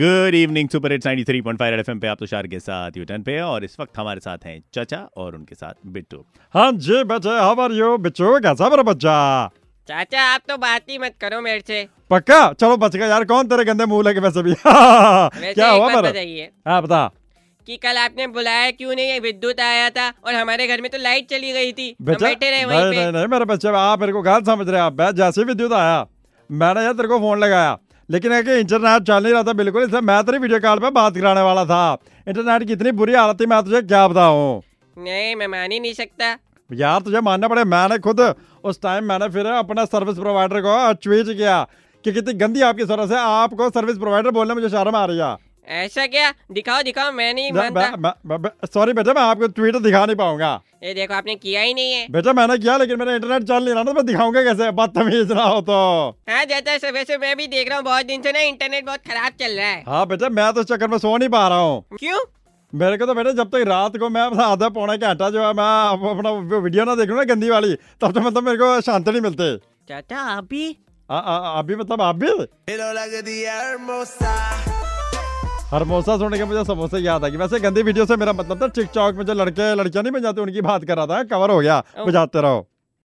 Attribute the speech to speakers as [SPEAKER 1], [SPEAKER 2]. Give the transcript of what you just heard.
[SPEAKER 1] Good evening super hits 93.5 red FM पे आप तुषार के साथ यूटन पे हैं और इस वक्त हमारे साथ हैं चचा और उनके साथ बिट्टू
[SPEAKER 2] हाँ जी बच्चे हाउ आर यू बिच्छू कैसा मेरा बच्चा
[SPEAKER 3] चाचा आप तो बात ही मत करो मेरे से
[SPEAKER 2] पक्का चलो बच गया यार कौन तेरे गंदे मुंह लगे वैसे भी
[SPEAKER 3] वैसे
[SPEAKER 2] क्या
[SPEAKER 3] एक
[SPEAKER 2] हुआ
[SPEAKER 3] बात
[SPEAKER 2] मेरा
[SPEAKER 3] बताइए
[SPEAKER 2] हाँ बता
[SPEAKER 3] कि कल आपने बुलाया क्यों नहीं है विद्युत आया था और हमारे घर में तो लाइट चली गई थी हम
[SPEAKER 2] बेटा
[SPEAKER 3] बैठे रहे
[SPEAKER 2] नहीं
[SPEAKER 3] वहीं
[SPEAKER 2] नहीं
[SPEAKER 3] पे
[SPEAKER 2] नहीं मेरे बच्चे आप मेरे को गलत समझ रहे हैं आप मैं जैसे ही विद्युत आया मैंने यार तेरे को फोन लगाया लेकिन है कि इंटरनेट चल नहीं रहा था बिल्कुल इसलिए मैं तेरी वीडियो कॉल पे बात कराने वाला था इंटरनेट की इतनी बुरी हालत थी मैं तुझे क्या बताऊं
[SPEAKER 3] नहीं मैं मान ही नहीं सकता
[SPEAKER 2] यार तुझे मानना पड़े मैंने खुद उस टाइम मैंने फिर अपना सर्विस प्रोवाइडर को ट्वीट किया कि कितनी गंदी आपकी सर्विस है आपको सर्विस प्रोवाइडर बोलने में मुझे शर्म आ रही है
[SPEAKER 3] ऐसा क्या दिखाओ दिखाओ मैं नहीं मानता
[SPEAKER 2] सॉरी बेटा मैं आपको ट्वीट दिखा नहीं पाऊंगा
[SPEAKER 3] ये देखो आपने किया ही नहीं है
[SPEAKER 2] बेटा मैंने किया लेकिन मेरा इंटरनेट चल नहीं रहा ना तो मैं दिखाऊंगा कैसे बदतमीज ना हो तो
[SPEAKER 3] हाँ चाचा सब वैसे मैं भी देख रहा हूँ बहुत दिन से ना इंटरनेट बहुत खराब चल रहा है
[SPEAKER 2] हाँ बेटा मैं तो इस चक्कर में सो नहीं पा रहा हूँ
[SPEAKER 3] क्यों
[SPEAKER 2] मेरे को तो बेटा जब तक रात को मैं अपना आधा पौना घंटा जो है मैं अप- अपना वीडियो ना देख लूँ ना गंदी वाली तब तो मतलब मेरे को शांति नहीं मिलती
[SPEAKER 3] चाचा आप भी
[SPEAKER 2] आ- आ- आप भी मतलब आप भी हरमोसा सुन के मुझे समोसे याद आ गई वैसे गंदी वीडियो से मेरा मतलब था टिकटॉक में जो लड़के लड़कियां नहीं बन जाती उनकी बात कर रहा था कवर हो गया
[SPEAKER 3] ओ।
[SPEAKER 2] बजाते रहो